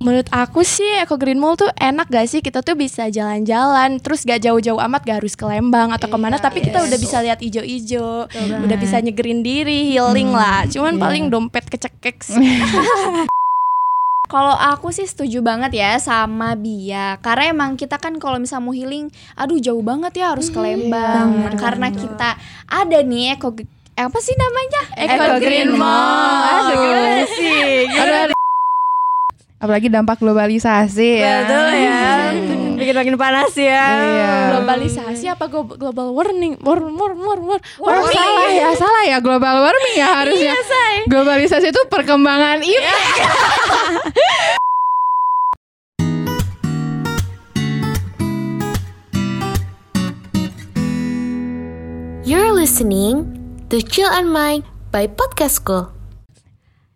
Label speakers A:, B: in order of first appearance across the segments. A: Menurut aku sih Eco Green Mall tuh enak gak sih kita tuh bisa jalan-jalan terus gak jauh-jauh amat gak harus ke Lembang atau kemana
B: Iya,
A: tapi kita
B: yes.
A: udah bisa lihat ijo-ijo
B: Betul
A: udah
B: banget.
A: bisa nyegerin diri healing lah cuman paling dompet kecekek sih
B: Kalau aku sih setuju banget ya sama Bia Karena emang kita kan kalau misalnya mau healing Aduh jauh banget ya harus ke
C: Iya,
B: Lembang Nah, Karena kita ada nih Eko eh, Apa sih namanya?
A: Eco Green Mall.
C: Aduh, gimana sih? Gimana? Apalagi dampak globalisasi ya.
D: Betul ya. Bikin makin panas ya.
C: Iya.
A: globalisasi apa glo- global warning war war war war war
C: Oh, salah ya, salah ya global warming ya harusnya. Globalisasi itu perkembangan itu.
E: You're listening to Chill and Mike by Podcast School.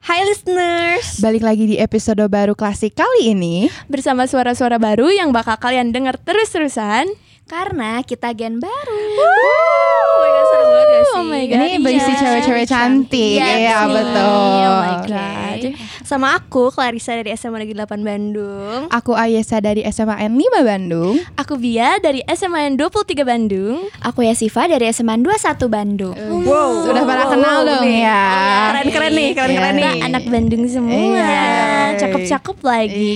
D: Hai listeners.
C: Balik lagi di episode baru klasik kali ini.
A: bersama suara-suara baru yang bakal kalian dengar terus-terusan
B: Karena kita gen baru
A: oh my god seru banget gak sih oh my god
C: Ini berisi
A: iya.
C: cewek-cewek cantik.
D: Iya,
C: Iya,
D: betul.
C: betul.
A: oh my god
D: Sama aku Clarissa dari SMA Negeri 8 Bandung.
C: Aku Ayesa dari SMA N5 Bandung.
A: aku Bia dari SMN 23 Bandung
B: Aku ya Siva dari SMA 21 Bandung
C: Eh,
D: Wow.
C: Sudah pada kenal dong ya.
D: Keren-keren nih,
C: Iya.
D: keren-keren nih.
A: Kita anak Bandung semua
C: Iya.
A: cakep-cakep lagi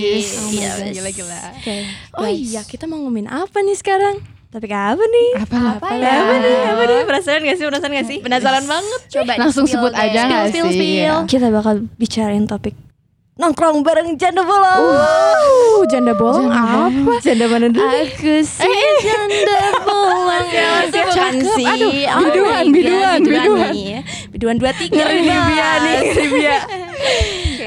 C: Iya,
A: Yes.
C: gila-gila.
A: oh iya kita mau ngomongin apa nih sekarang
D: Tapi apa nih?
C: Apa, ya? apa
D: Apa nih? Apa nih? Penasaran gak sih? Penasaran gak sih?
A: penasaran banget
B: Coba
C: Langsung
B: di-spill
C: sebut
B: deh.
C: aja nggak sih?
A: Spill, spill,
C: Iya.
A: spill.
D: Kita bakal bicarain topik nongkrong bareng janda bolong.
A: uh janda
C: Oh,
A: bohong apa
D: Janda mana dulu?
A: aku sih janda bohong bukan
C: cakep.
A: sih
C: Aduh,
A: Oh my
C: biduan,
A: God,
C: biduan, biduan.
A: nih. biduan dua tiga
D: Ribia nih, Ribia.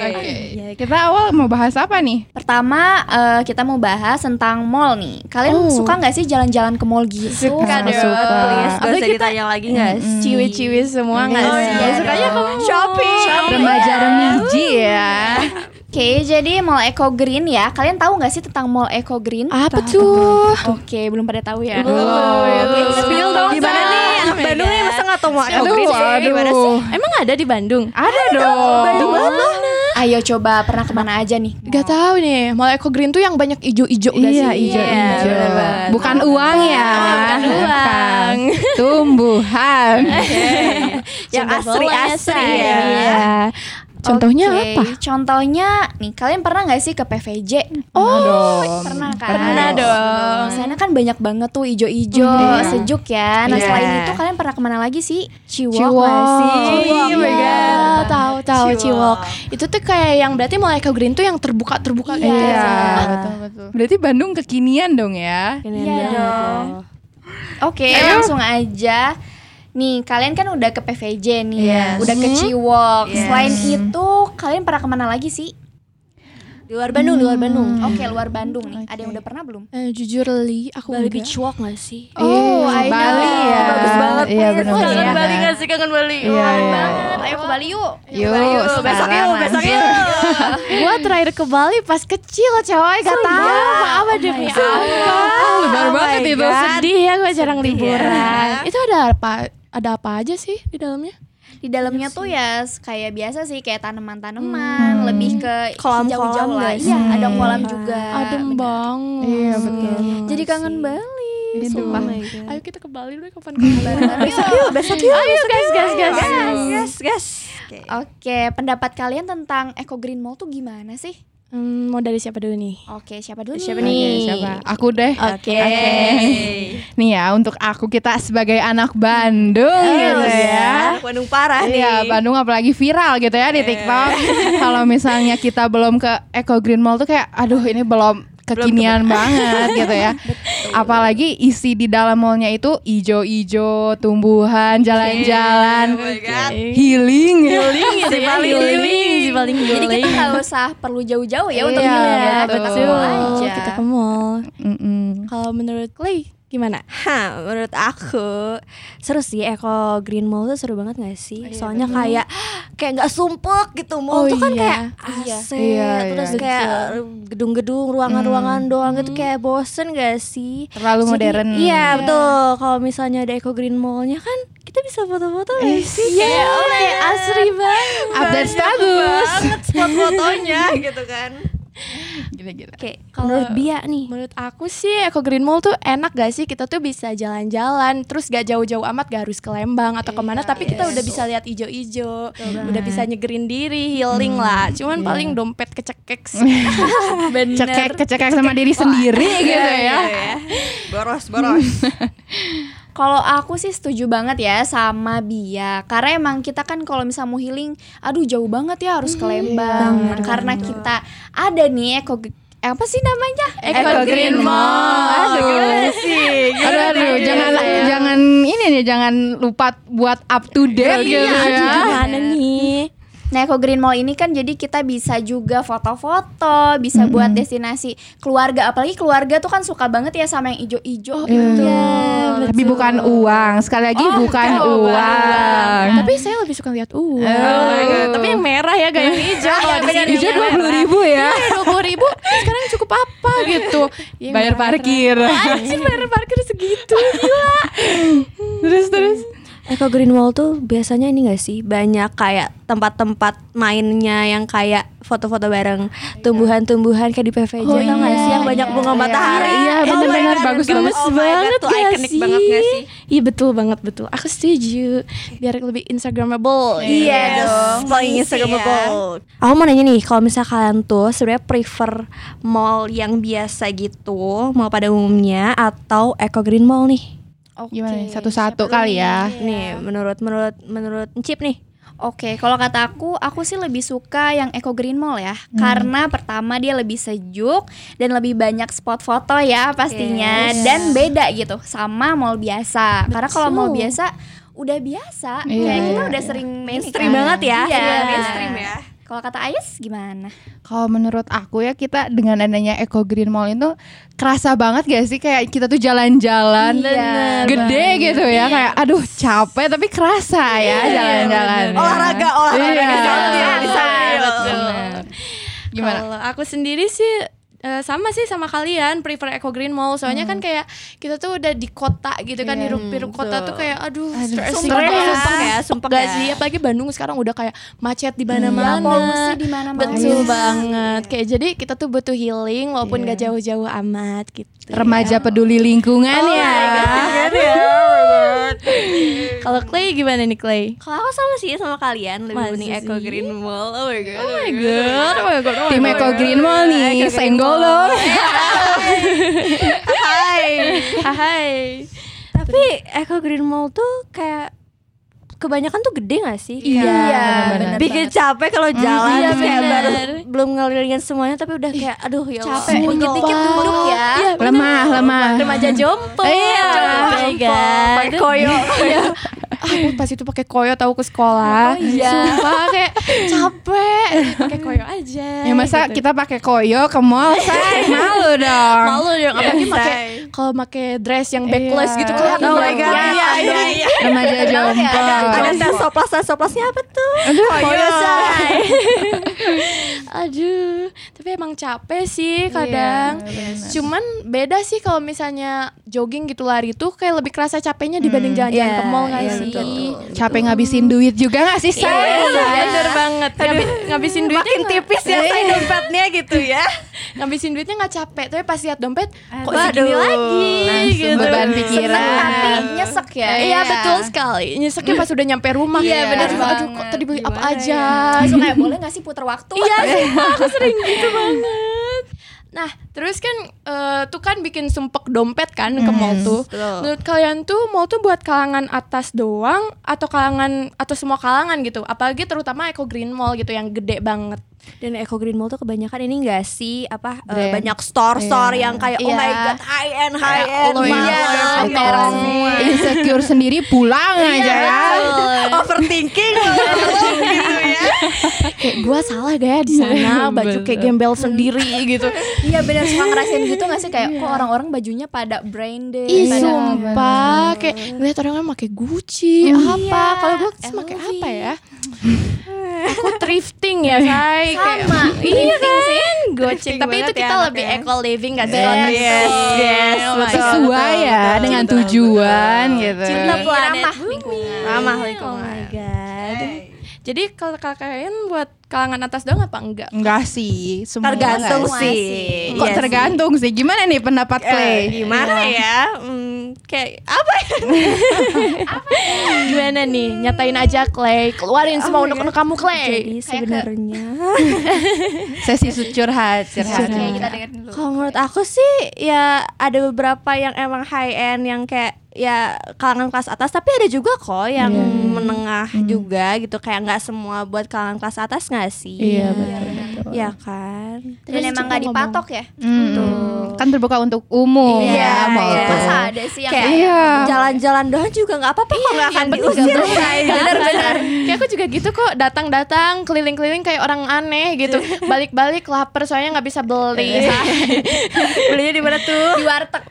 C: Oke. Kita awal mau bahas apa nih?
B: Pertama eh, kita mau bahas tentang mall nih Kalian
C: Oh.
B: suka nggak sih jalan-jalan ke mall gitu?
C: Suka.
D: Suka dong, please gak
A: Apa
D: usah
A: kita-
D: ditanya lagi gak sih?
A: ciwi-ciwi semua nggak
D: Oh,
A: sih
D: iya.
A: sukanya kamu
D: Shopping.
C: Remaja remaji ya.
B: Oke, jadi Mall Eco Green ya. Kalian tahu nggak sih tentang Mall Eco Green?
A: apa tuh Oh, iya.
B: Oke, belum pada tahu ya.
C: Belum.
A: Spill dong,
D: Gimana
A: Zah.
D: nih? ya,
A: Oh
D: Anak
A: my
D: Bandung nih
A: God.
D: masa gak tau mau
C: Aduh,
D: Green sih? Gimana sih?
C: aduh.
A: emang ada di Bandung
C: Ada dong.
B: Ayo coba pernah kemana aja nih?
A: Gak tahu nih, Mall Eco Green tuh yang banyak ijo-ijo gak
C: Iya,
A: sih?
C: ijo-ijo.
D: bener banget.
C: Bukan uang ya.
A: Bukan uang.
C: Bukan. Tumbuhan.
D: Yang
A: Janda bola
D: asli-asli
A: asli.
D: ya.
A: Iya. Contohnya
B: Oke,
A: apa?
B: Contohnya nih, kalian pernah nggak sih ke PVJ?
C: Oh, dong.
B: Pernah kan?
C: Pernah
B: dong. Sana kan banyak banget tuh ijo-ijo,
C: Iya.
B: sejuk ya. Nah,
C: Iya.
B: selain itu kalian pernah kemana lagi sih? Ciwok,
C: Ciwok.
B: nggak sih?
A: Oh,
C: Ciwok,
B: Iya.
C: my God.
A: tahu tahu
D: Ciwok.
A: Ciwok. Itu tuh kayak yang berarti Mall Eco Green tuh yang terbuka-terbuka gitu.
B: Iya.
C: Iya. Betul, betul. Berarti Bandung kekinian dong ya.
B: Iya dong. Oke, langsung aja. Nih, kalian kan udah ke PVJ nih ya,
D: Yes.
B: udah ke Ciwok.
D: Yes.
B: Selain itu, kalian pernah kemana lagi sih? Hmm.
D: Di luar Bandung, di luar Bandung.
B: Oke, luar Bandung nih. Ada yang udah pernah belum?
A: Eh, jujur Li, aku
D: Bali
A: enggak.
D: Beach Walk gak sih?
B: Oh,
C: Iya,
B: I know.
C: Bali ya.
D: Bagus banget.
C: Iya,
D: please.
C: benar.
D: Kangen
C: benar.
D: Bali gak sih? Kangen Bali.
C: Iya,
D: Kangen
C: iya.
D: banget.
B: Ayo ke Bali yuk.
C: Yuk,
D: Yuk, besok yuk,
C: sekarang
D: besok
C: langsung.
D: yuk.
A: Gua terakhir ke Bali pas kecil, coy. Gak tahu apa demi apa.
C: Oh, Lebar banget
D: my
C: itu.
D: God.
A: Sedih ya gue jarang liburan.
D: ya.
A: Itu ada apa ada apa aja sih di dalamnya?
B: Di dalamnya tuh ya s- kayak biasa sih kayak tanaman-tanaman, lebih ke
D: Kolam-kolam
B: jauh-jauh lah. Iya,
D: nggak
C: sih?
B: ada kolam juga.
A: Adem banget.
C: Iya, betul. Iya,
B: Jadi kangen Bali.
C: Aduh.
D: Oh my God.
A: Hmm. Ayo kita ke Bali dulu kapan kapan.
D: Besok yuk, besok yuk.
A: Ayo guys, guys, guys.
D: Gas, gas, gas.
B: Oke, pendapat kalian tentang Eco Green Mall tuh gimana sih?
A: Hmm, mau dari siapa dulu nih?
B: Oke, siapa dulu?
D: Siapa
B: nih?
D: nih?
C: Oke, siapa? Aku deh.
D: Oke.
C: Nih ya, untuk aku kita sebagai anak Bandung gitu ya.
D: Bandung parah nih.
C: Iya, Bandung apalagi viral gitu ya di
D: Eh.
C: TikTok. Kalau misalnya kita belum ke Eco Green Mall tuh kayak aduh ini belum kekinian banget gitu ya. Apalagi isi di dalam mallnya itu ijo-ijo, tumbuhan,
D: Oh
C: jalan-jalan,
D: my God. Iya.
C: healing, healing
D: Si paling healing.
A: si paling
B: Jadi kita nggak usah perlu jauh-jauh ya untuk
A: Iya,
B: healing ya.
C: betul.
B: Kita ke mall aja.
A: Kita ke mall. Kalau menurut Clay gimana?
D: Hah, menurut aku seru sih Eco Green Mall tuh seru banget gak sih? Soalnya kayak kayak nggak sumpek gitu.
A: iya, Oh
D: Mall tuh kan
A: iya.
D: kayak
B: Iya.
D: AC,
C: Iya,
D: terus
C: iya.
D: kayak gedung-gedung,
A: Hmm.
D: ruangan-ruangan doang gitu kayak bosen gak sih?
C: Terlalu
D: Jadi-
C: modern.
D: Iya, betul. Kalau misalnya ada Eco Green Mall-nya kan kita bisa foto-foto gak sih?
A: Iya, oke, asri banget.
C: Update status.
D: spot fotonya gitu kan.
C: Gila-gila.
D: Oke, menurut Bia nih.
A: Menurut aku sih Eco Green Mall tuh enak gak sih kita tuh bisa jalan-jalan terus gak jauh-jauh amat gak harus ke Lembang atau kemana tapi kita udah bisa lihat ijo-ijo udah bisa nyegerin diri healing lah cuman paling dompet kecekek sih
B: Bener.
C: Cekek kecekek sama diri sendiri
D: Iya,
C: gitu ya.
F: boros boros
B: Kalau aku sih setuju banget ya sama Bia Karena emang kita kan kalau misalnya mau healing Aduh jauh banget ya harus ke Lembang Karena kita ada nih Eko apa sih namanya?
A: Eco Green Mall.
F: aduh gimana sih
C: Aduh,
D: Iya,
C: aduh, jangan jangan ini nih jangan lupa buat up to
D: Iya,
C: date gitu ya.
D: Gimana nih?
B: Nah, Eco Green Mall ini kan jadi kita bisa juga foto-foto, bisa buat destinasi keluarga. Apalagi keluarga tuh kan suka banget ya sama yang ijo-ijo.
C: Iya,
B: gitu.
C: Tapi bukan uang, sekali lagi bukan iya, uang.
A: tapi saya lebih suka lihat uang tapi yang merah ya gak yang hijau kalau di sini
C: Itu dua puluh ribu ya.
A: dua puluh ribu sekarang cukup apa gitu Ya, yang
C: Bayar
A: merah
C: parkir.
A: ternyata. anjir bayar parkir segitu
C: terus terus.
D: Eco Green Mall tuh biasanya ini gak sih banyak kayak tempat-tempat mainnya yang kayak foto-foto bareng tumbuhan-tumbuhan kayak di PVJ
A: Oh
D: tau gak
A: iya,
D: sih yang banyak bunga matahari Oh
C: Iya, benar-benar bagus bagus.
A: gemes banget
F: tuh
A: gak
F: ikonik banget gak sih?
A: Iya betul banget betul. Aku setuju. Biar lebih instagramable.
B: Iya dong.
F: paling
B: mengisi ya.
F: instagramable
A: iya.
D: Aku mau nanya nih, kalau misalnya kalian tuh sebenarnya prefer mall yang biasa gitu, mall pada umumnya atau Eco Green Mall nih?
B: Oke,
C: Gimana nih, satu-satu
B: siapa dulu Iya.
C: kali ya.
B: nih?
D: Nih, menurut menurut menurut Encip nih.
B: Oke, kalau kata aku, aku sih lebih suka yang Eco Green Mall ya, karena pertama dia lebih sejuk dan lebih banyak spot foto ya pastinya,
D: Yes.
B: dan beda gitu sama mall biasa. Karena kalau mall
A: Betul.
B: biasa udah biasa,
C: Iya,
B: kayak kita
C: iya,
B: udah
C: iya.
B: sering
D: Mainstream banget ya.
B: Iya,
D: Iya,
F: mainstream ya.
B: Kalau kata Ayes gimana?
C: Kalau menurut aku ya kita dengan adanya Eco Green Mall itu kerasa banget gak sih kayak kita tuh jalan-jalan
B: Iya,
C: gede gitu ya kayak aduh capek tapi kerasa ya jalan-jalan. ya.
F: olahraga olahraga
C: Iya.
F: di sambil, di sambil.
C: Gimana?
A: Kalau aku sendiri sih eh, sama sih sama kalian prefer Eco Green Mall soalnya kan kayak kita tuh udah di kota gitu kan hirup-hirup kota tuh kayak aduh, stressing
F: sumpah
A: banget,
F: ya,
A: sumpah
F: sumpah ya.
A: sumpah gak sih apalagi Bandung sekarang udah kayak macet di mana-mana
B: polusi di mana-mana.
A: Eh, betul
B: Iya.
A: banget kayak jadi kita tuh butuh healing walaupun gak jauh-jauh amat gitu
C: Remaja peduli lingkungan
A: Kan Oh
C: ya.
A: ya? kalau Clay gimana nih Clay
D: Kalau aku sama sih sama kalian lebih
A: Masa
D: mending Eco
A: sih?
D: Green Mall. Oh my god.
A: Oh my god, oh my god, oh my
C: Tim
A: god.
C: Eco Green Mall nih, senggol loh.
A: Hai.
D: Tapi Eco Green Mall tuh kayak kebanyakan tuh gede gak sih?
C: Iya, benar.
D: Bikin capek kalau jalan
A: iya,
D: terus kayak
A: bener.
D: baru belum ngelilingin semuanya tapi udah kayak aduh ya Allah.
B: Capek, dikit-dikit duduk ya.
C: Lemah, lemah.
A: Remaja jompo.
C: Iya.
A: Oh my god. koyo. Aku pas itu pakai koyo tahu ke sekolah. iya. Sumpah kayak capek. Pakai koyo aja.
C: Ya masa
A: gitu.
C: kita pakai koyo ke mall, say, malu dong.
A: malu
D: Iya,
A: dong apalagi pakai kalau pakai dress yang backless
C: Iya.
A: gitu kelihatan
F: oh my
A: banget.
F: god iya iya iya
C: Remaja jompo.
F: ada tes soplas tes soplasnya apa tuh koyo say
A: Aduh, tapi emang capek sih kadang. Cuman beda sih kalau misalnya jogging gitu lari tuh kayak lebih kerasa capeknya dibanding jalan-jalan ke mall nggak sih?
C: Capek ngabisin duit juga gak sih, say?
A: Iya, Bener banget. Ngabi- ngabisin duitnya
F: makin
A: nggak- Iya.
F: tipis ya saya dompetnya gitu ya
A: ngabisin duitnya nggak capek, tapi pas lihat dompet kok
F: Aduh.
A: segini lagi
C: Langsung
A: gitu.
C: beban pikiran.
B: Seneng tapi nyesek ya.
A: Iya betul sekali. Nyeseknya pas udah nyampe rumah.
B: Iya, bener
A: Aduh, aduh
B: banget.
A: kok tadi beli apa
B: Gimana ya?
A: aja?
B: Langsung kayak boleh nggak sih puter waktu?
A: Iya, sumpah, aku sering gitu banget. Nah, terus kan eh, tuh kan bikin sumpek dompet kan ke mall tuh. Menurut kalian tuh mall tuh buat kalangan atas doang atau kalangan atau semua kalangan gitu? Apalagi terutama Eco Green Mall gitu yang gede banget.
D: Dan Eco Green Mall tuh kebanyakan ini gak sih apa
C: Brand.
D: eh, banyak store-store yang kayak oh my
A: Iya.
D: god high end high end
A: Iya,
D: mahal.
A: dong. merah semua.
C: Insecure sendiri pulang aja
D: Iya.
C: ya.
F: overthinking gitu ya
D: Iya.
A: Kayak gua salah gak ya di sana, baju kayak gembel sendiri gitu.
B: Iya benar suka ngerasain gitu gak sih kayak kok orang-orang bajunya pada branded.
A: Ih,
B: pada-
A: sumpah kayak ngeliat orang kan pakai Gucci apa? Kalau gua terus pakai apa ya? Aku thrifting ya, say. Kayak-
B: sama.
A: Iya kan, gocek.
F: Thrifting
A: Tapi itu
F: banget ya
A: kita
F: anaknya.
A: lebih eco living gak sih?
F: Yes,
A: kalau
F: yes,
A: thrifting?
F: yes,
A: Oh
F: betul.
A: my God.
C: Sesuai ya
F: betul,
C: dengan
F: betul,
C: tujuan gitu.
F: Cinta
B: Ih, ramah lingkungan.
F: ramah
D: Oh my
F: lingkungan
D: god.
A: Jadi kalau kalian buat kalangan atas doang apa enggak?
C: Enggak sih, semua
D: tergantung
C: enggak
D: sih.
C: sih.
D: Iya
C: Kok
D: sih.
C: tergantung sih? Gimana nih pendapat
D: Eh,
C: Clay? Iya.
D: gimana ya? Hmm, kayak apa ya?
A: Gimana nih? Nyatain aja Clay, keluarin semua unek-unek kamu Clay.
D: Oh, iya. Jadi sebenarnya
C: Sesi curhat, curhat.
B: Oke, kita dengerin dulu.
D: kalau menurut aku sih ya ada beberapa yang emang high end yang kayak ya kalangan kelas atas tapi ada juga kok yang
C: Iya,
D: menengah
C: Hmm.
D: juga gitu kayak nggak semua buat kalangan kelas atas nggak sih?
C: Iya, betul. betul.
D: Ya kan.
B: Dan emang gak dipatok ya?
C: Mm, Kan terbuka untuk umum.
D: Iya,
C: mau
D: iya.
C: tuh.
B: Masa ada sih yang
D: Kayak
C: Iya.
D: jalan-jalan doang juga nggak apa-apa kok nggak akan diusir guys.
C: Iya.
A: benar-benar Kan? kayak aku juga gitu kok datang-datang keliling-keliling kayak orang aneh gitu balik-balik lapar soalnya nggak bisa beli
C: Iya.
D: Belinya di mana
B: di
D: tuh?
B: warteg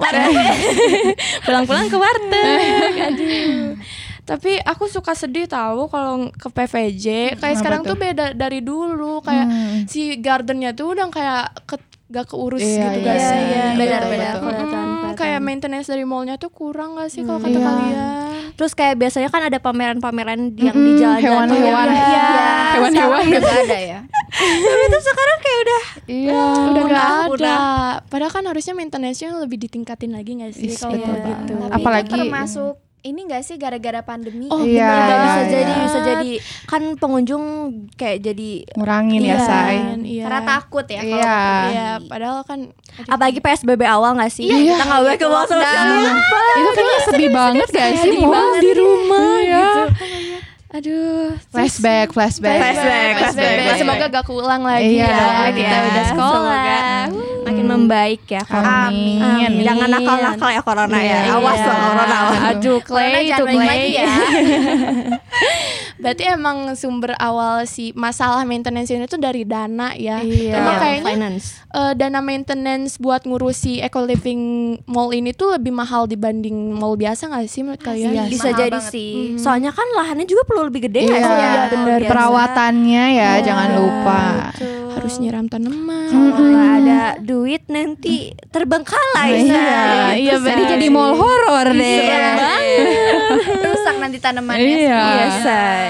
D: Pulang-pulang ke
C: Iya,
D: warteg.
A: tapi aku suka sedih tahu kalau ke PVJ kayak sekarang tuh beda dari dulu kayak
C: Hmm.
A: si gardennya tuh udah kayak ke- gak keurus
C: Iya,
A: gitu
C: iya,
A: guys
C: iya, iya,
D: benar-benar.
C: betul,
A: Mm-mm, kayak maintenance dari mallnya tuh kurang gak sih kalau kata
C: Iya.
A: kalian
D: Terus kayak biasanya kan ada pameran-pameran yang di
C: Mm,
D: jalan-jalan. tuh.
C: hewan-hewan.
D: Iya.
C: Hewan-hewan
B: udah gak ada ya
D: Tapi tuh sekarang kayak udah
C: Iya.
A: udah gak
D: Udah,
A: ada
D: udah.
A: padahal kan harusnya maintenance-nya lebih ditingkatin lagi gak sih
C: Is,
A: kalau
C: betul
A: kayak gitu
C: banget.
B: Tapi
C: Apalagi-
B: itu termasuk ini gak sih gara-gara pandemi
A: Oh,
C: Iya,
D: Iya, bisa
C: iya.
D: jadi bisa jadi kan pengunjung kayak jadi
C: Ngurangin ya,
A: Iya,
C: Say.
A: iya.
B: karena takut ya kalau
C: Iya.
A: Iya, padahal kan
D: Iya. apalagi PSBB awal nggak sih?
C: Iya.
D: Kita nggak boleh ke Iya, mall sama
C: Dan
D: sekali.
C: itu kayaknya sepi banget guys sih mau di rumah
A: gitu.
C: ya.
A: aduh
C: Flashback, flashback.
D: Flashback, flashback.
A: semoga gak keulang lagi
C: Iya,
A: ya
C: iya.
A: kita udah sekolah
D: Semoga makin membaik ya.
C: Amin.
D: Amin. Jangan nakal-nakal ya corona ya.
C: Iya.
D: Awas loh corona.
A: aduh
B: Corona
A: Clay itu
B: jangan
A: Clay
B: lagi ya
D: Iya,
A: berarti emang sumber awal si masalah maintenance ini tuh dari dana ya
C: Iya.
A: Cuma kayaknya
D: finance.
A: eh, dana maintenance buat ngurusi eco living mall ini tuh lebih mahal dibanding mall biasa gak sih menurut kalian?
C: Iya.
D: Bisa
B: Mahal
D: jadi
B: banget.
D: sih. Soalnya kan lahannya juga perlu lebih gede ya, nggak
C: Iya,
D: sih?
C: iya,
D: benar.
C: Perawatannya
A: Iya.
C: ya, jangan lupa.
A: Harus nyiram tanaman.
D: Kalau nggak ada duit nanti terbengkalai.
C: Iya,
D: Shay.
C: iya
D: Itu,
C: jadi
D: Shay.
C: jadi mall horor deh.
B: rusak nanti tanamannya
C: Iya.
D: Iya, Shay.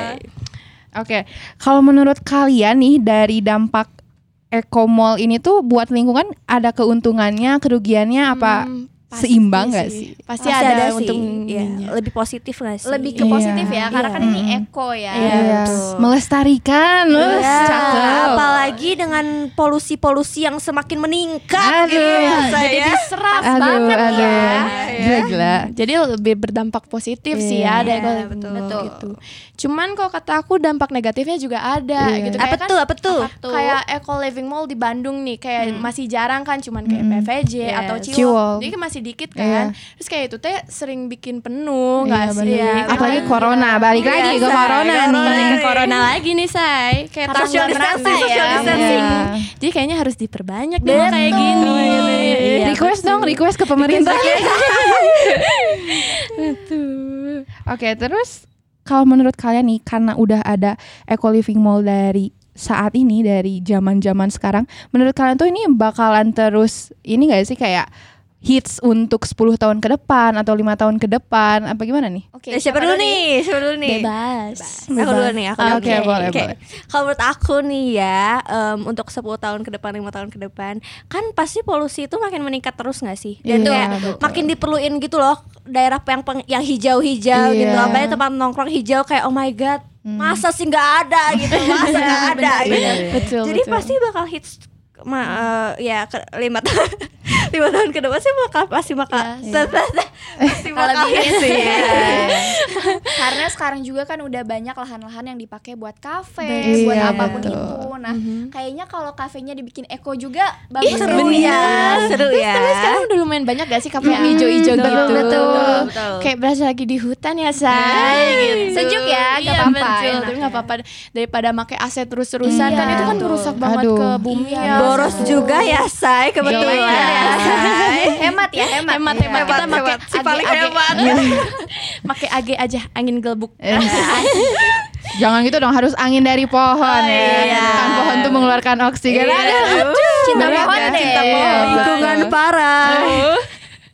C: Oke, kalau menurut kalian nih dari dampak Eco Mall ini tuh buat lingkungan ada keuntungannya, kerugiannya apa
A: Hmm, pasti
C: seimbang nggak sih?
A: Pasti,
D: Pasti
A: ada, ya.
D: sih. Iya,
A: untungnya.
D: lebih positif nggak sih?
B: lebih ke
C: Iya.
B: positif ya karena kan ini
C: Mm.
B: eco ya
D: Iya. betul.
C: melestarikan,
D: Iya,
C: us, cakep.
D: apalagi dengan polusi-polusi yang semakin meningkat gitu
C: Aduh,
D: ya, Shay,
A: Jadi
D: ya.
A: diserap
C: aduh,
A: banget
C: aduh,
A: ya.
C: gila, gila.
A: Jadi lebih berdampak positif sih ya
C: Iya.
A: ada
D: Iya,
A: kalau
D: betul.
A: betul. gitu. Cuman kalau kata aku dampak negatifnya juga ada
C: Iya.
A: gitu
D: apa
A: kayak kan
D: tuh apa tuh
B: tuh
A: kayak Eco Living Mall di Bandung nih kayak masih jarang kan cuman kayak
C: Mm-mm.
A: PVJ
D: Yes.
A: atau Ciwok.
C: Ciwok.
A: Jadi masih dikit
C: Iya.
A: kan. Terus kayak itu teh sering bikin penuh nggak
C: Iya,
A: sih?
C: bener.
D: Iya,
C: Apalagi
D: bener.
C: corona, balik lagi Iya, ke
D: Say.
C: corona nih.
D: Balik ke corona
A: lagi nih say kayak
B: Harus
A: tanggal
D: social
B: nggak merasa
D: distancing
B: ya.
D: social distancing
C: Iya.
A: Jadi kayaknya harus diperbanyak deh kayak gini.
D: Iya,
C: request dong, request ke pemerintah. Oke, terus kalau menurut kalian nih karena udah ada eco living mall dari saat ini dari zaman-zaman sekarang, menurut kalian tuh ini bakalan terus ini gak sih kayak hits untuk 10 tahun ke depan atau lima tahun ke depan apa gimana nih?
B: oke
D: Ya, siapa dulu nih siapa dulu nih
A: Bebas.
D: Aku dulu nih, aku dulu.
C: Oke, boleh,
D: Oke.
C: boleh.
D: Kalau menurut aku nih ya, em, untuk 10 tahun ke depan, 5 tahun ke depan, kan pasti polusi itu makin meningkat terus nggak sih?
C: Iya,
D: Dan kayak
C: betul.
D: makin diperluin gitu loh daerah yang peng- yang hijau-hijau
C: Iya.
D: gitu, apalagi tempat nongkrong hijau kayak oh my god, masa sih nggak ada gitu, masa nggak ada gitu.
A: Betul.
D: Jadi
A: betul.
D: pasti bakal hits ma eh, ya ke, lima tahun lima tahun ke depan sih bakal pasti bakal pasti
B: Kalau
D: bakal
B: lebih
D: hits sih.
B: karena sekarang juga kan udah banyak lahan-lahan yang dipakai buat kafe
C: Betul.
B: buat
C: Iya,
B: apapun
C: betul.
B: itu nah kayaknya kalau kafenya dibikin eco juga bagus
D: Ih, seru
B: juga.
D: ya, seru ya.
A: Tapi sekarang udah lumayan banyak gak sih kafe yang hijau-hijau
C: betul,
A: gitu
C: betul,
A: Kayak berasa lagi di hutan ya say gitu.
B: Sejuk ya, nggak
A: Iya,
B: apa-apa,
A: betul.
B: enak
A: Tapi gak apa-apa Daripada pakai aset terus-terusan
B: Iya,
A: Kan itu kan
B: betul.
A: rusak banget
C: Aduh.
A: ke bumi
B: Iya,
A: ya
D: Boros juga ya, Say, kebetulan ya. Say.
B: hemat ya hemat
A: Hemat,
B: Iya.
A: hemat Kita
D: Hemat,
A: pakai
D: hemat. Si paling
A: age-age.
D: hemat.
A: Pakai AG aja Angin gelbuk
C: Eh, Jangan gitu dong, harus angin dari pohon ya.
D: iya.
C: Kan pohon tuh mengeluarkan oksigen.
D: Iya,
C: Aduh,
D: aduh.
B: cinta
C: Berat
B: pohon
C: ya,
B: deh
C: cinta pohon.
D: Lingkungan parah.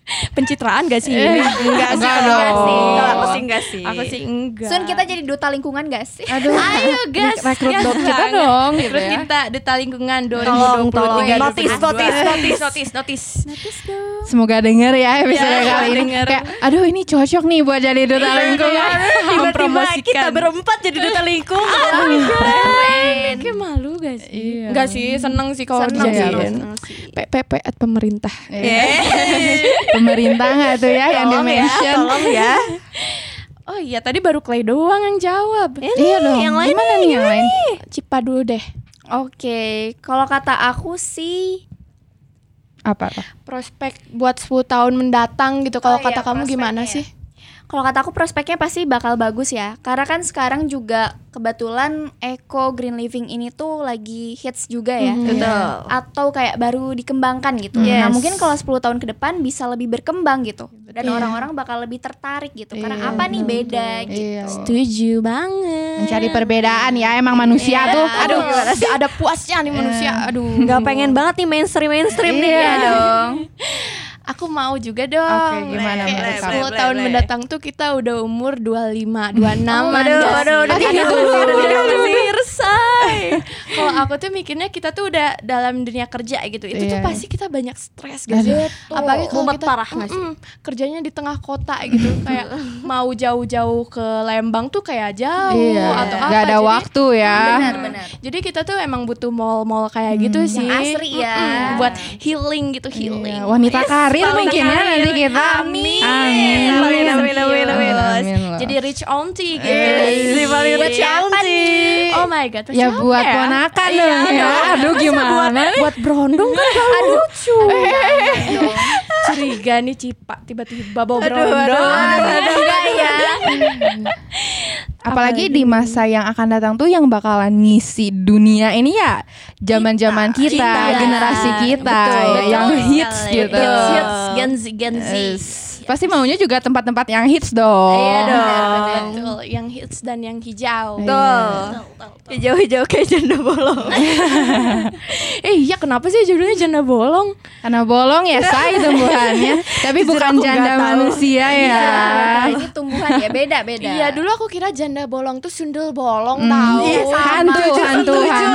D: pencitraan gak sih?
C: Eh,
D: enggak sih,
C: enggak
D: kalau enggak
C: dong.
D: sih. Kalau aku sih enggak sih.
A: Aku sih enggak.
B: Sun kita jadi duta lingkungan gak sih?
C: Aduh.
A: Ayo guys,
C: Rekrut
A: ya,
C: dong kita
A: jangan.
C: dong gitu
A: Rekrut
C: ya.
A: kita Duta Lingkungan 2023
D: Tolong, tolong. Notis, notis,
A: notis, notis, notis.
C: Semoga denger ya episode
A: Ya,
C: kali ini.
A: denger.
C: Kayak aduh ini cocok nih buat jadi duta
D: iya,
C: lingkungan.
D: Tiba-tiba kita
A: Mempromosikan.
D: berempat jadi duta lingkungan.
A: Kayak malu gak sih?
C: Iya.
A: Enggak sih, seneng sih kalau
C: Seneng
A: dijadiin.
C: sih,
D: seneng
A: PPP at pemerintah.
C: Iya. Pemerintah nggak tuh ya yang
D: Tolong ya,
C: dimention.
D: tolong ya.
A: Oh iya, tadi baru Clay doang yang jawab.
C: Iya dong. Gimana nih yang lain?
A: Cipa dulu deh.
B: Oke, kalau kata aku sih
C: Apa? apa?
A: Prospek buat 10 tahun mendatang gitu. Kalau
B: Oh iya,
A: kata kamu gimana
B: prospeknya.
A: sih?
B: kalau kata aku prospeknya pasti bakal bagus ya. Karena kan sekarang juga kebetulan eco green living ini tuh lagi hits juga ya.
D: Betul.
B: Atau kayak baru dikembangkan gitu.
D: Yes.
B: Nah, mungkin kalau 10 tahun ke depan bisa lebih berkembang gitu. Dan
A: Iya.
B: orang-orang bakal lebih tertarik gitu. Karena
C: Iya,
B: apa nih beda gitu.
C: Iya.
D: Setuju banget.
C: Mencari perbedaan ya emang manusia tuh. Aduh.
A: gimana sih? ada puasnya nih manusia. Aduh.
D: Gak pengen banget nih mainstream mainstream nih
C: Iya.
D: ya dong.
A: Aku mau juga dong.
C: Oke, gimana
A: Kayak
C: menurut kamu?
A: 10 tahun mendatang tuh kita udah umur 25, 26 oh,
D: Waduh, waduh, udah tidur, udah tidur, udah tidur, say.
A: Kalau aku tuh mikirnya kita tuh udah dalam dunia kerja gitu. Itu tuh
C: Iya.
A: pasti kita banyak stres gitu. Apalagi kalau
D: Mumet
A: kita
D: parah nggak sih?
A: Mm-mm, kerjanya di tengah kota gitu kayak mau jauh-jauh ke Lembang tuh kayak jauh
C: Iya.
A: atau apa.
C: Gak ada
A: Jadi-
C: waktu ya.
B: Benar-benar.
A: Jadi kita tuh emang butuh mall-mall kayak
C: Hmm.
A: gitu sih.
B: asri ya.
A: Mm-mm, buat healing gitu, healing.
C: Iya, wanita karir
A: wanita
C: mungkin ya nanti kita.
A: Amin.
C: Amin.
D: Amin, amin, amin, amin.
C: Amin loh.
A: Jadi rich auntie gitu.
D: Jadi paling
A: Buat siapa
D: recehan sih.
A: nih? Oh my god.
C: Ya
A: siapa
C: buat
A: ya?
C: ponakan dong ya. Aduh gimana?
A: Buat berondong kan kalau lucu. Curiga nih Cipa tiba-tiba bawa berondong.
B: Enggak ya.
C: Apalagi di masa yang akan datang tuh yang bakalan ngisi dunia ini ya zaman-zaman kita,
A: Kita.
C: generasi kita
A: Betul,
C: ya, yang
B: betul
C: hits
A: Iya,
B: sekali.
C: gitu.
A: Hits, hits, Gen Z, Gen Z.
C: Yes. Pasti maunya juga tempat-tempat yang hits dong.
A: Iya dong.
B: benar.
A: Betul, yang hits dan yang hijau.
D: Betul. Jauh-jauh kayak janda bolong.
A: Eh iya kenapa sih judulnya janda bolong?
C: Karena bolong ya say tumbuhannya, tapi bukan
D: aku nggak
C: janda
D: tahu.
C: manusia ya.
B: Kalau ini tumbuhan ya beda-beda.
A: Iya dulu aku kira janda bolong tuh sundel bolong tahu.
C: Iya, hantu, hantu, hantu.
A: Iya,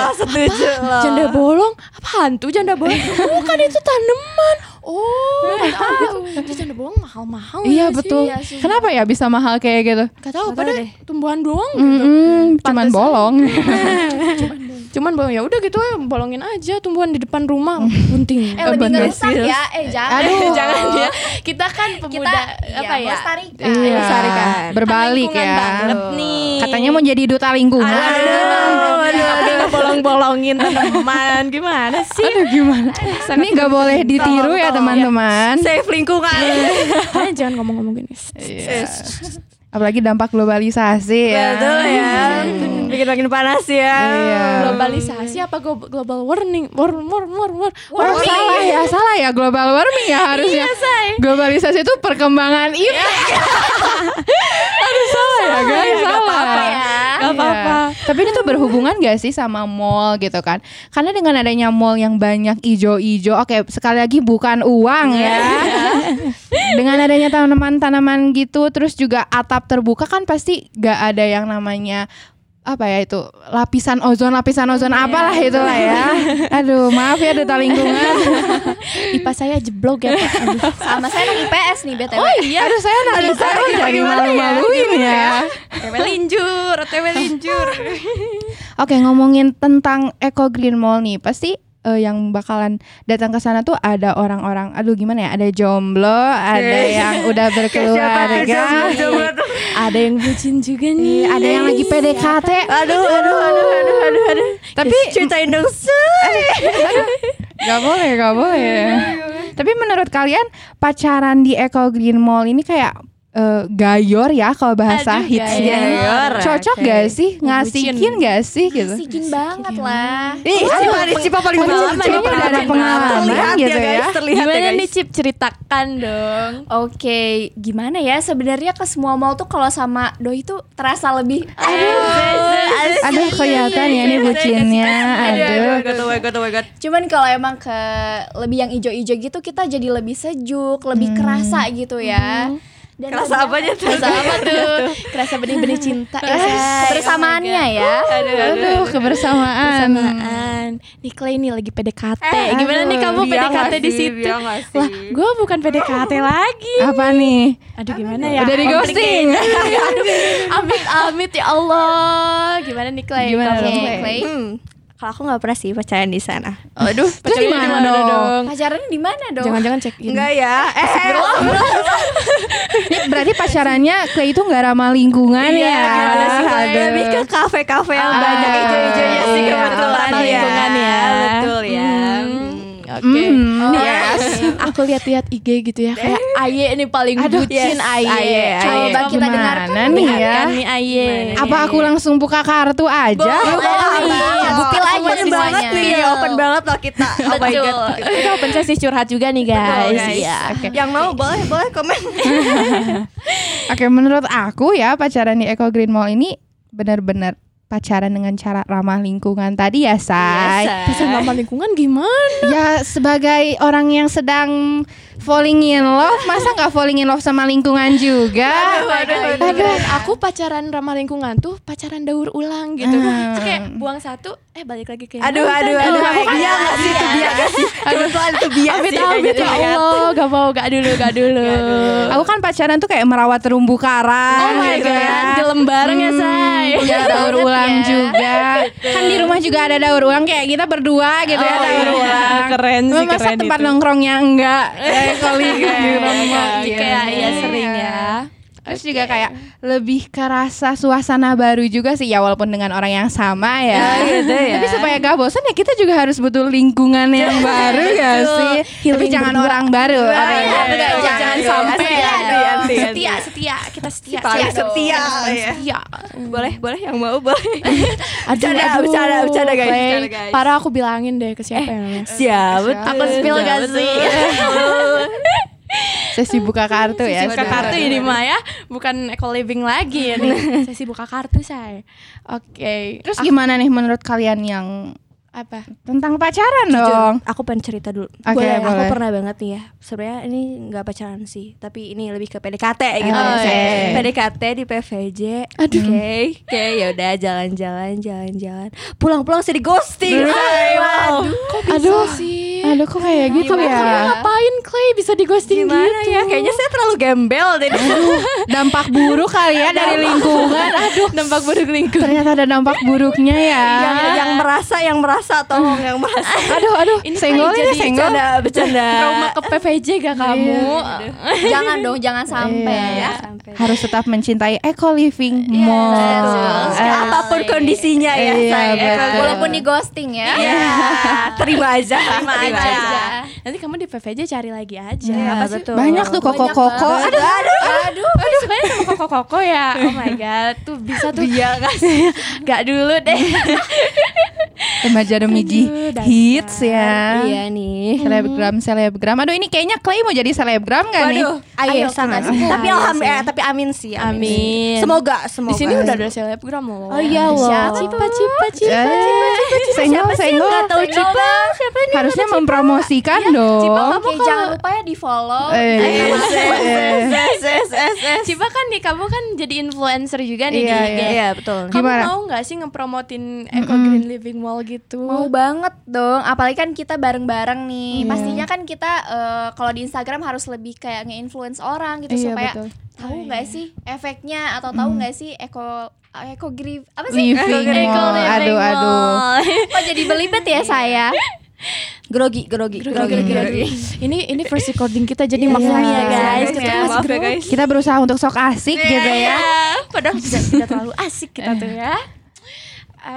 D: Oh, Setuju loh.
A: Janda bolong? Apa hantu janda bolong? Oh, Bukan itu tanaman. Oh, tahu. Itu janda bolong mahal-mahal. ya
C: Iya
A: sih?
C: betul.
A: Iya sih.
C: Kenapa ya bisa mahal kayak gitu?
A: Gak tahu pada tumbuhan doang gitu.
C: Mm-mm, cuman
A: Pantesan. Iya.
C: bolong.
A: Cuman bolong ya udah gitu aja bolongin aja tumbuhan di depan rumah bunting.
B: Eh lebih
C: Urban
B: ngerusak ya. Eh jangan.
C: Aduh.
A: Jangan ya. Kita kan
B: Kita
A: pemuda apa ya?
B: Lestarikan.
C: Iya.
D: Melestarikan.
C: Berbalik
A: lingkungan
C: ya.
A: banget nih.
C: Katanya mau jadi duta lingkungan.
D: Aduh, aduh, aduh, bolong-bolongin teman gimana sih?
C: Aduh gimana? Ini nggak boleh ditiru ya teman-teman.
D: Save lingkungan.
A: Kalian jangan ngomong-ngomong gini.
C: Iya. Apalagi dampak globalisasi ya.
D: Betul ya. Bikin makin panas ya.
C: Iya.
A: Globalisasi apa go- global warning? War war war war.
C: Oh salah ya, salah ya global warming ya harusnya. Globalisasi itu perkembangan itu. Aduh Iya. salah ya guys, salah. Gak apa-apa. Tapi ini tuh berhubungan gak sih sama mall gitu kan? Karena dengan adanya mall yang banyak ijo-ijo, oke sekali lagi bukan uang ya. dengan adanya tanaman-tanaman gitu, terus juga atap terbuka kan pasti gak ada yang namanya apa ya itu lapisan ozon lapisan ozon apalah itulah ya aduh maaf ya duta lingkungan
A: IPA saya jeblok ya. Pak. Aduh.
B: Sama saya anak IPS nih BTW.
D: Oh
C: Iya. Aduh saya nanti saya jadi malu-maluin ya.
D: Otw linjur, otw linjur.
C: Oke ngomongin tentang Eco Green Mall nih pasti eh, yang bakalan datang ke sana tuh ada orang-orang aduh gimana ya ada jomblo ada yang udah berkeluarga
A: Ada yang bucin juga
C: Iya,
A: nih.
C: ada yang lagi PDKT
D: Aduh, aduh, aduh, aduh, aduh, aduh.
C: tapi
D: Ceritain dong, Shay.
C: nggak boleh nggak boleh tapi menurut kalian pacaran di Eco Green Mall ini kayak eh, gayor ya kalau bahasa
A: Aduh,
C: hitsnya
D: gayor.
C: cocok gak sih ngasihin
A: Bucin.
C: gak sih gitu
B: Sikin banget lah.
C: Ih,
D: Cipa, Cipa paling
C: Pengalaman,
D: pengalaman.
C: Cipa udah ada pengalaman. aman gitu ya.
D: terlihat
A: Gimana
D: ya guys.
A: nih Cip ceritakan dong.
B: Oke, gimana ya sebenarnya ke semua mall tuh kalau sama doi itu terasa lebih
C: Aduh kelihatan ya nih bucinnya. Aduh.
D: Oh my god, oh my god.
B: Cuman kalau emang ke lebih yang ijo-ijo gitu kita jadi lebih sejuk, lebih kerasa gitu ya. Dan ternyata-
D: Kerasa apanya tuh?
B: Kerasa apa tuh? kerasa benih-benih cinta, kerasa kebersamaannya ya.
C: Aduh kebersamaan.
A: Kebersamaan.
D: Hmm.
A: Nih Clay nih lagi PDKT. Gimana nih kamu
D: Biang
A: PDKT
D: Eh, iya nggak
A: di
D: sih?
A: situ?
D: Biang nggak sih?
A: Lah, gue bukan PDKT lagi.
C: Apa nih?
A: Aduh gimana ya?
C: Udah di ghosting.
A: Amit amit ya Allah. Gimana nih Clay?
C: Gimana
A: Kamu?
B: Oke,
C: dong, Clay?
B: Clay.
D: Hmm. Kalau aku nggak pernah sih pacaran di sana.
A: Aduh,
C: Terus
A: pacarnya
C: di mana
A: di mana
C: dong?
A: dong?
B: Pacaran di mana dong?
A: Jangan-jangan cek in.
D: Enggak ya. Eh,
C: Ini berarti pacarannya Clay itu nggak ramah lingkungan
D: iya,
C: ya.
D: gimana sih, Pak?
C: Aduh.
D: lebih ke kafe-kafe yang
C: Ah,
D: banyak ijo-ijonya sih
C: iya,
D: kebetulan
A: ramah
D: ya.
A: lingkungan ya.
D: Betul ya. Hmm.
A: Oke.
C: Hmm.
A: Oh, Aku lihat-lihat IG gitu ya kayak Aye nih paling
C: Aduh,
A: bucin
D: yes,
A: Aye.
D: Aye, Aye.
B: Coba kita dengarkan
C: Gimana nih ya?
A: Dengarkan nih Aye.
C: Apa aku langsung buka kartu aja?
B: Boleh, Buka aja
D: Open banget
B: semuanya.
D: nih, open banget loh kita. Oh my
A: Betul.
D: god.
A: Kita open sesi curhat juga nih guys. Iya.
D: Yang mau boleh boleh komen.
C: Oke, menurut aku ya pacaran di Eco Green Mall ini benar-benar pacaran dengan cara ramah lingkungan tadi ya, Say.
A: Pesan ramah lingkungan gimana?
C: Ya sebagai orang yang sedang falling in love, masa nggak falling in love sama lingkungan juga?
A: Aduh, aku pacaran ramah lingkungan tuh pacaran daur ulang gitu.
D: Hmm.
A: Terus kayak buang satu, eh balik lagi ke yang
D: Aduh
A: mantan.
D: aduh aduh.
A: kan
D: Iya nggak sih itu biar nggak sih. Kebetulan itu biar
A: Amit
D: sih.
A: amit ya Allah, gak mau, gak dulu, gak dulu.
C: Aku kan pacaran tuh kayak merawat terumbu
A: Oh
C: karang.
A: my
C: gitu
A: god,
C: ya.
A: gelem bareng ya say. Iya.
C: Hmm, punya daur ulang juga. Kan di rumah juga ada daur ulang kayak kita berdua gitu ya daur ulang.
A: Oh, iya. Keren
C: Cuma masa tempat nongkrongnya enggak kayak kolega di rumah gitu.
A: Kayak ya sering ya.
C: Terus juga kayak lebih kerasa suasana baru juga sih ya walaupun dengan orang yang sama ya.
A: Oh, gitu
C: Tapi supaya gak bosan ya kita juga harus butuh lingkungan yang baru ya sih. Tapi jangan orang baru. ya? orang
A: iya,
C: yang-
A: betul. Jangan sampai
D: Setia,
A: ya.
D: anti, anti.
A: Setia, setia, kita setia.
D: Paling
A: dong.
D: setia, ya.
A: Setia.
D: Boleh boleh yang mau boleh.
A: Aduh,
D: Bercanda,
A: aduh.
D: bercanda, bercanda, guys,
A: Play.
D: bercanda, guys. Eh,
A: Parah aku bilangin deh ke siapa ya.
D: Siap.
A: Aku spill gak sih?
C: Sesi buka kartu ya.
A: Sesi buka kartu ini mah ya, bukan eco living lagi ya nih. Sesi buka kartu saya. Oke.
C: Terus gimana nih menurut kalian yang
A: Apa?
C: tentang pacaran dong?
D: Aku pengen cerita dulu.
C: Oh. Oke,
D: boleh, aku
C: boleh.
D: pernah banget nih ya. Sebenarnya ini nggak pacaran sih, tapi ini lebih ke PDKT gitu.
C: Oh,
D: ya, Shay.
C: iya.
D: PDKT di PVJ. Aduh. Oke, oke, ya udah jalan-jalan, jalan-jalan. Pulang-pulang sih di ghosting. Ay, wow.
C: Aduh sih. Aduh kok kayak gitu ya.
A: Ngapain Clay bisa gitu. di ghosting
D: Gimana
C: gitu.
D: ya? Kayaknya saya terlalu gembel deh.
C: Dampak buruk kali ya dari lingkungan. Aduh.
A: Dampak buruk lingkungan. Iya,
C: Ternyata ada dampak buruknya ya.
D: yang, yang merasa, yang merasa, tolong yang merasa.
C: Aduh aduh. Senggol
A: kali
C: ya
A: jadi
C: senggol.
D: Bercanda, bercanda.
A: Trauma ke PVJ gak kamu?
B: jangan dong, jangan sampai
C: Iya.
B: ya.
C: Harus tetap mencintai eco living mall.
B: betul sekali.
C: Eh,
D: Oh, ya, Apapun kondisinya ya,
C: Iya,
D: saya.
C: betul.
B: Walaupun di ghosting ya.
C: Iya,
D: terima aja, terima aja.
A: Nanti kamu di PVJ cari lagi aja.
D: Iya,
A: Apa sih?
D: betul.
C: Banyak tuh koko-koko.
A: Aduh,
C: Aduh.
A: aduh, aduh, aduh, sukanya sama koko-koko ya. Oh my god, tuh bisa tuh. Iya kasih. Gak dulu deh.
C: Remaja Demigi
A: Aduh, dasar.
C: hits ya.
D: Iya nih.
C: Selebgram, selebgram. Aduh ini kayaknya Clay mau jadi selebgram gak nih?
D: Waduh, ayo, sangat. Tapi alhamdulillah, eh, tapi amin sih, amin. sih.
A: Amin.
D: Semoga, semoga.
A: Di sini udah ada selebgram loh.
D: Oh iya loh.
A: Cipa, cipa, cipa.
C: Eh, Senggol, senggol.
D: tahu Cipa.
C: Harusnya mempromosikan dong.
B: Oke, jangan lupa ya di follow.
C: Eh, eh.
A: Cipa kan nih, kamu kan jadi influencer juga nih di
C: Iya,
A: IG.
C: iya.
D: Iya, betul.
A: Kamu
C: Gimana?
A: mau gak sih ngepromotin Eco Green Living Mall gitu?
B: Mau banget dong, apalagi kan kita bareng-bareng
C: Iya.
B: nih. Pastinya kan kita eh, kalau di Instagram harus lebih kayak nge-influence orang gitu
C: Iya, Hmm.
B: supaya
C: betul.
B: tahu nggak sih efeknya atau tahu nggak sih eco eco grip apa sih?
C: Living
B: Eco
C: mall.
B: living
C: Aduh,
B: mall.
C: aduh.
B: Kok jadi belibet ya saya?
D: Grogi, grogi, grogi, grogi.
A: Ini ini first recording kita jadi makanya
D: Iya,
A: guys,
D: guys,
A: kita
D: ya,
A: masih
D: maaf ya guys.
C: Kita berusaha untuk sok asik gitu ya.
A: Padahal tidak, tidak terlalu asik kita tuh ya.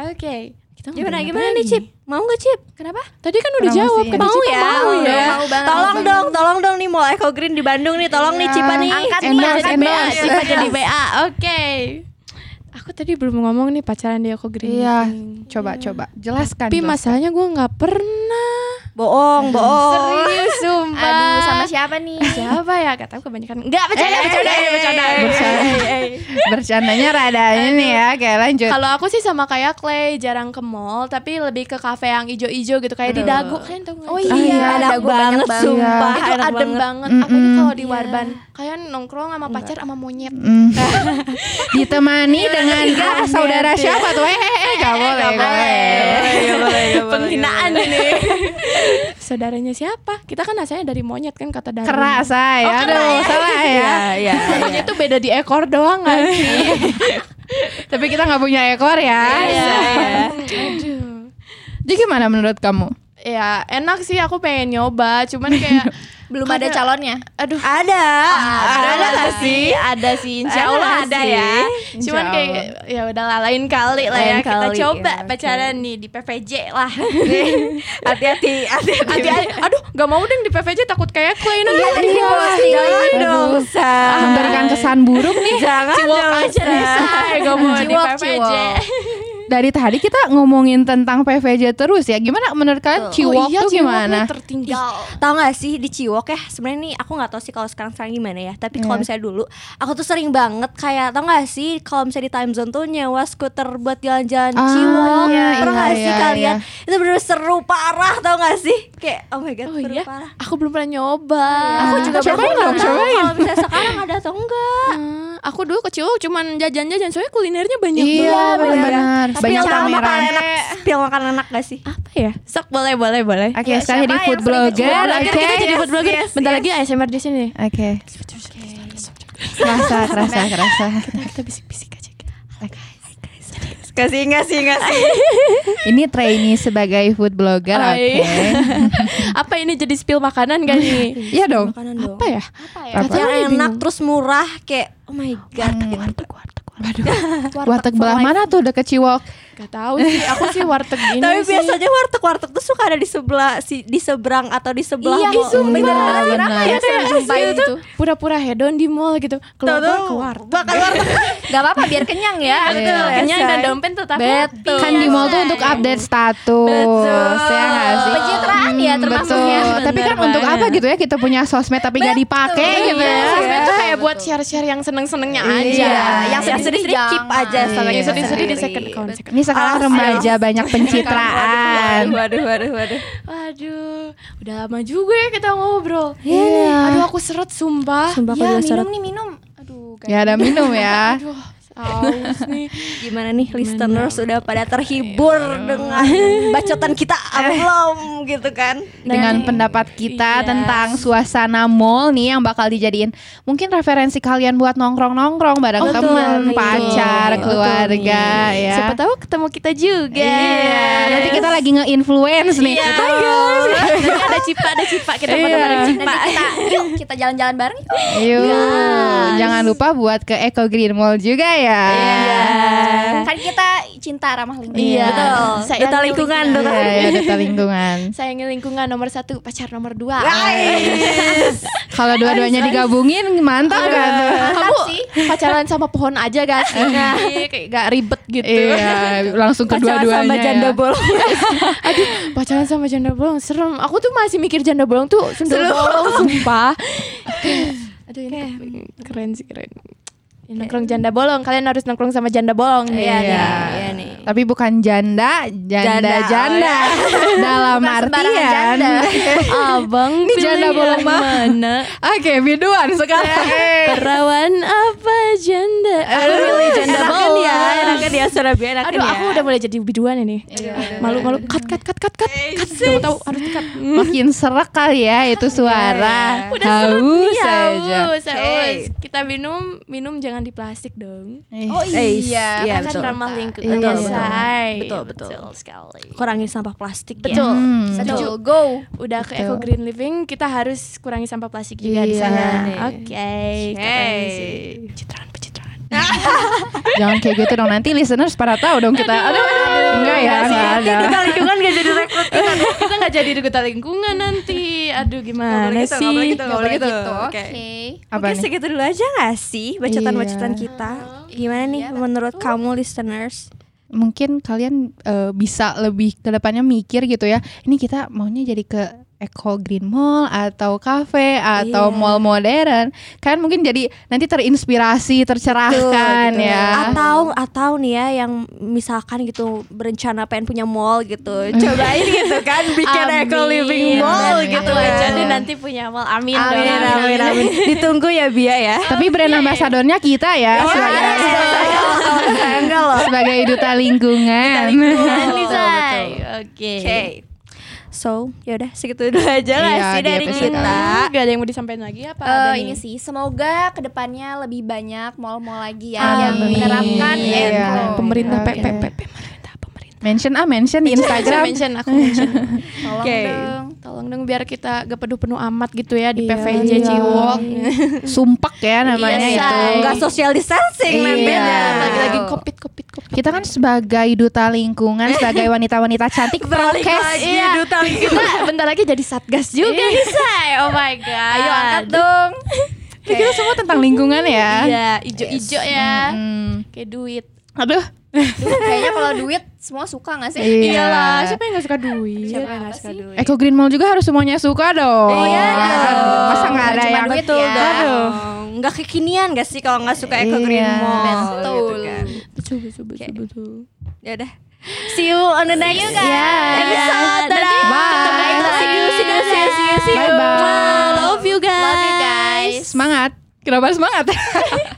A: Oke. Kita mau
D: Gimana,
A: dengar
D: gimana nih
A: lagi.
D: Cip? Mau gak Cip?
A: Kenapa? Tadi kan udah
C: Promosiin.
A: jawab. Kata
D: Mau
A: Cipa
D: ya?
A: Mau ya.
B: Mau banget.
D: Tolong dong, tolong dong nih Mall Eco Green di Bandung nih, tolong nih Cipa nih.
B: Angkat nih,
C: Endorse,
B: angkat
C: endorse.
B: BA.
A: Ah, Cipa jadi BA. Oke. Aku tadi belum ngomong nih pacaran di Eco Green.
C: Iya,
A: Living.
C: coba coba jelaskan.
A: Tapi
C: jelaskan.
A: masalahnya gue nggak pernah.
D: bohong bohong
A: Serius sumpah.
B: Aduh, sama siapa nih?
A: Oh. Siapa ya? Kata kebanyakan. Enggak,
D: Eh,
A: bercanda,
C: Eh,
A: bercanda, bercanda.
C: Bercandanya rada ini ya, kayak lanjut.
A: Kalau aku sih sama kayak Clay jarang ke mall, tapi lebih ke kafe yang ijo-ijo gitu kayak di Dago kan tau nggak?
B: Oh
A: sih?
B: iya,
D: iya,
B: ada
D: enak
B: gua banyak
D: banget, sumpah.
A: iya. Itu
D: enak Iya.
A: adem banget. Aku tuh kalau di Warban, kayak nongkrong sama pacar sama monyet.
C: Mm. Ditemani dengan ah, saudara siapa tuh? Eh, eh, eh, gak boleh, gak
D: Iya,
C: boleh.
D: penghinaan ini
A: Saudaranya siapa? Kita kan asalnya dari monyet kan kata Darwin.
C: Keras saya,
A: Oh,
C: aduh,
A: keras.
C: salah ya.
D: ya
A: Monyet tuh beda di ekor doang kan sih.
C: Tapi kita nggak punya ekor ya.
D: Iya.
A: Aduh.
C: Jadi gimana menurut kamu?
A: Ya enak sih aku pengen nyoba, cuman kayak
B: Belum ada calonnya.
A: aduh
D: ada
A: ada
D: nggak sih ada sih insya Allah ada ya
C: Insya
A: Cuman kayak ya udahlah lain kali lah ya
D: Lain
A: kita
D: kali,
A: coba
D: ya, oke.
A: pacaran nih di PVJ lah.
D: hati-hati hati-hati
A: Hati-hati. Aduh, gak mau deh di PVJ takut kayak Clay nanti.
D: Iya, jangan dong Shay.
C: Memberikan kesan buruk nih.
D: jangan dong Shay.
A: Say, gak mau di
B: Ciwok,
A: PVJ.
B: ciwok.
C: Dari tadi kita ngomongin tentang PVJ terus ya. Gimana menurut kalian
A: Oh
C: Ciwok
A: iya,
C: tuh
A: ciwok
C: gimana?
A: nih tertinggi.
D: Tau gak sih di Ciwok ya sebenarnya nih aku gak tahu sih kalau sekarang sekarang gimana ya Tapi kalau misalnya dulu Aku tuh sering banget kayak Tau gak sih kalau misalnya di time zone tuh nyewa skuter buat jalan-jalan
C: Ah,
D: Ciwok
C: iya,
D: Pernah
C: iya,
D: gak sih
C: iya,
D: kalian Itu bener-bener seru parah tau gak sih Kayak oh my god
A: Oh
D: seru
A: iya,
D: parah Iya.
A: aku belum pernah nyoba.
D: Aku juga
C: cobain dong,
D: baru nggak tahu
C: cobain.
D: Kalau misalnya sekarang ada atau enggak
A: Ah, aku dulu kecil cuman jajan-jajan soalnya kulinernya banyak
C: Iya,
A: banget.
C: benar-benar.
D: Tapi
C: Banyak
D: yang
C: pameran.
D: makan enak Yang makan enak gak sih
A: Apa ya? Sok boleh boleh boleh.
C: Oke,
B: Ya,
C: sekarang jadi
B: siapa
C: food
B: yang sering ke
C: blogger,
B: Ciwok?
C: oke.
A: Kita jadi food blogger.
D: yes,
A: Bentar lagi ASMR di sini.
C: Oke. Kerasa, kerasa, kerasa.
A: Kita bisik-bisik aja.
D: Kasih gak sih gak sih
C: Ini trainee sebagai food blogger,
A: Oh,
C: oke.
A: iya. Apa ini jadi spill makanan kan nih?
C: Iya dong.
D: Makanan dong
A: Apa ya?
C: Apa?
D: Yang
A: Katanya
D: enak
A: enak
D: terus murah Kayak oh my god
A: warteg warteg
C: Waduh. Warteg belah mana tuh deket Ciwok?
A: Gak tahu sih, aku sih warteg ini
D: Tapi
A: sih.
D: biasanya warteg-warteg tuh suka ada di sebelah si di seberang atau di sebelah
A: Iya,
D: mall.
A: sumpah.
D: Bener
C: Benar,
D: banget.
C: benar.
D: Kenapa ya sering
A: Iya,
D: jumpai
A: tuh pura-pura hedon di mall gitu. Keluar Iya.
D: Tahu-tahu
A: ke warteg.
D: Bakal warteg.
B: Gak apa-apa biar kenyang ya.
A: Betul, kenyang dan dompet tetap
C: Betul. Kan di mall tuh untuk update status ya nggak sih? Hmm,
B: Pencitraan ya termasuknya.
C: Betul. Tapi kan
A: Bener
C: untuk
A: banget.
C: apa gitu ya kita punya sosmed tapi nggak dipakai gitu
A: Iya,
C: ya?
A: sosmed tuh kayak buat share-share yang seneng-senengnya aja.
D: Iya,
B: yang
D: yang sedih-sedih
B: sedih
D: keep aja
C: jangan.
D: sama
C: Iya,
A: yang
D: kita
A: sedih-sedih di
D: sendiri.
A: second account. second-
C: Ini sekarang remaja banyak pencitraan.
D: Waduh, waduh, waduh.
A: Waduh, udah lama juga ya kita ngobrol.
C: Iya.
A: Aduh, aku seret sumpah. Iya,
D: Sumpah aku
B: Ya
D: juga
B: minum
D: seret.
B: nih minum. Aduh,
C: Ya ada minum ya.
A: Aduh, saus nih.
D: Gimana nih listeners sudah pada terhibur dengan bacotan kita apa belum gitu kan?
C: dengan pendapat
D: iya.
C: kita tentang suasana mall nih yang bakal dijadiin mungkin referensi kalian buat nongkrong-nongkrong bareng
D: Oh,
A: Oh, iya,
D: Betul,
C: teman,
D: betul.
C: pacar,
D: Betul
C: keluarga ya.
A: Siapa tahu ketemu kita juga.
C: Iya, nanti kita lagi nge-influence nih.
D: Iya.
A: Nanti ada cipa, ada cipa kita
C: Iya.
A: foto-foto di cipa.
B: Nanti kita yuk kita jalan-jalan bareng yuk.
C: Yuk, Iya.
D: Iya.
C: jangan lupa buat ke Eco Green Mall juga ya.
D: Iya,
B: Kan kita cinta ramah lingkungan. Kan?
A: Iya.
D: Betul.
A: Sayang
D: Duta
A: lingkungan.
D: lingkungan, duta
C: Iya, ya, data lingkungan.
A: Sayangi lingkungan nomor satu, pacar nomor dua.
C: Kalau dua-duanya digabungin mantap kan? tuh?
A: Kamu pacaran sama pohon aja gak sih? Iya, kayak gak ribet gitu.
C: Iya, langsung
D: Pacaran
C: kedua-duanya.
D: sama janda
C: ya.
D: bolong.
A: Aduh, pacaran sama janda bolong serem. Aku tuh masih mikir janda bolong tuh sundel bolong sumpah. Aduh, ini ke- keren sih keren. Ya, nongkrong janda bolong, kalian harus nongkrong sama janda bolong.
D: Iya nih,
C: Iya.
D: iya nih.
C: Tapi bukan janda, janda-janda.
D: Janda.
C: Dalam artian
A: Abang
C: Ini janda
A: pilih
C: bolong
A: yang mana?
C: Oke, biduan sekarang.
A: iya. Perawan apa janda? Aku pilih janda
D: Enakan
A: bolong.
D: ya, enakan ya Surabaya enakan
A: Aduh,
D: ya.
A: aku udah mulai jadi biduan ini. Malu-malu cut cut cut cut cut. Cut kamu tahu harus cut.
C: Makin serak kali ya itu suara.
A: iya.
C: Haus
A: ya
C: saja.
A: Haus, haus.
D: Oke.
A: Kita minum, minum jangan di plastik dong.
C: Oh,
D: Eh,
A: Iya,
D: iya,
A: kan
D: betul.
A: ramah lingkungan
C: Betul,
A: ya,
C: betul.
A: Shay.
D: Betul, Iya, betul.
A: sekali.
D: kurangi sampah plastik
A: Betul.
D: ya.
A: Setuju.
B: Betul, go.
A: Udah ke eco green living, kita harus kurangi sampah plastik juga di
C: Iya.
A: sana.
C: Iya.
A: Oke.
D: Hey.
A: keren sih. Pencitraan, pencitraan.
C: Jangan kayak gitu dong. Nanti listeners pada tahu dong kita. Aduh, enggak ya,
D: Iya,
C: enggak ada.
D: Duta lingkungan gak kan jadi rekrut.
A: kita nggak jadi duta lingkungan nanti. Aduh gimana
D: gitu,
A: sih?
D: nggak boleh gitu, nggak boleh gitu. Oke.
B: Oke.
C: Apa
D: Mungkin
C: nih?
D: segitu Iya. dulu aja gak sih bacotan-bacotan kita. Gimana nih menurut kamu listeners?
C: mungkin kalian eh, bisa lebih ke depannya mikir gitu ya. Ini kita maunya jadi ke Eco Green Mall atau cafe atau mall modern. Kalian mungkin jadi nanti terinspirasi, tercerahkan
D: Betul, gitu.
C: ya.
D: Atau atau nih ya yang misalkan gitu berencana pengen punya mall gitu. Cobain gitu kan bikin
C: Amin.
D: eco living mall
C: Amin.
D: gitu
C: Amin.
D: kan.
C: Jadi
D: nanti punya mall. Amin. Amin. Amin. amin. Ditunggu ya Bia ya.
C: Tapi brand ambasadornya kita ya sebagai,
D: Saya enggak loh.
C: sebagai duta lingkungan.
D: Betul, betul.
B: Oke.
D: Oke. So, yaudah segitu dulu aja lah
C: Iya,
D: sih
C: di
D: dari
C: episode
D: kita.
A: Hmm, Gak ada yang mau disampaikan lagi apa? ada
B: Eh,
A: nih?
B: ini sih semoga kedepannya lebih banyak mall-mall lagi ya yang
C: Amin.
B: menerapkan
C: Iya.
B: eco.
A: Pemerintah
C: Oke.
A: pe- pe- pe- pemerintah pemerintah.
C: Mention ah mention di Instagram.
A: Mention aku mention.
B: Tolong
D: Oke.
B: dong.
A: Tolong dong biar kita gak penuh-penuh amat gitu ya di
C: Iya.
A: PVJ
C: Iya.
A: Ciwok.
C: Sumpek ya namanya
B: Iya,
C: itu.
B: say.
D: Enggak Nah, social distancing ya.
C: Iya.
D: nanti.
A: Lagi-lagi kopit kopit kopit.
C: Kita kan sebagai duta lingkungan, sebagai wanita-wanita cantik
D: Balik
C: prokes.
D: lagi
C: Iya.
D: duta lingkungan.
A: Kita bentar lagi jadi satgas juga nih say. Oh my god.
B: Iya. Ayo angkat dong.
C: Ini Kita semua tentang lingkungan ya.
A: Iya, ijo-ijo ya.
C: Hmm.
A: Kayak duit.
C: Aduh.
B: Duh, kayaknya kalau duit semua suka gak sih?
C: Iya.
A: Iyalah, siapa yang gak suka duit?
B: Siapa yang gak suka duit?
C: Eco Green Mall juga harus semuanya suka dong.
B: Iya dong.
C: Masa nggak ada
B: Cuma
C: yang
B: duit ya.
C: Aduh.
D: Enggak gitu, kekinian gak sih kalau nggak suka eco green
C: Iya.
D: mall gitu
B: Betul.
D: kan.
A: Betul, betul, betul, betul.
D: Ya udah. See you on the next episode. Dadah.
C: Bye.
D: See you, see you, see you, see you, see you.
C: Bye-bye.
D: Love you guys.
B: Love you guys.
C: Semangat. Kenapa semangat?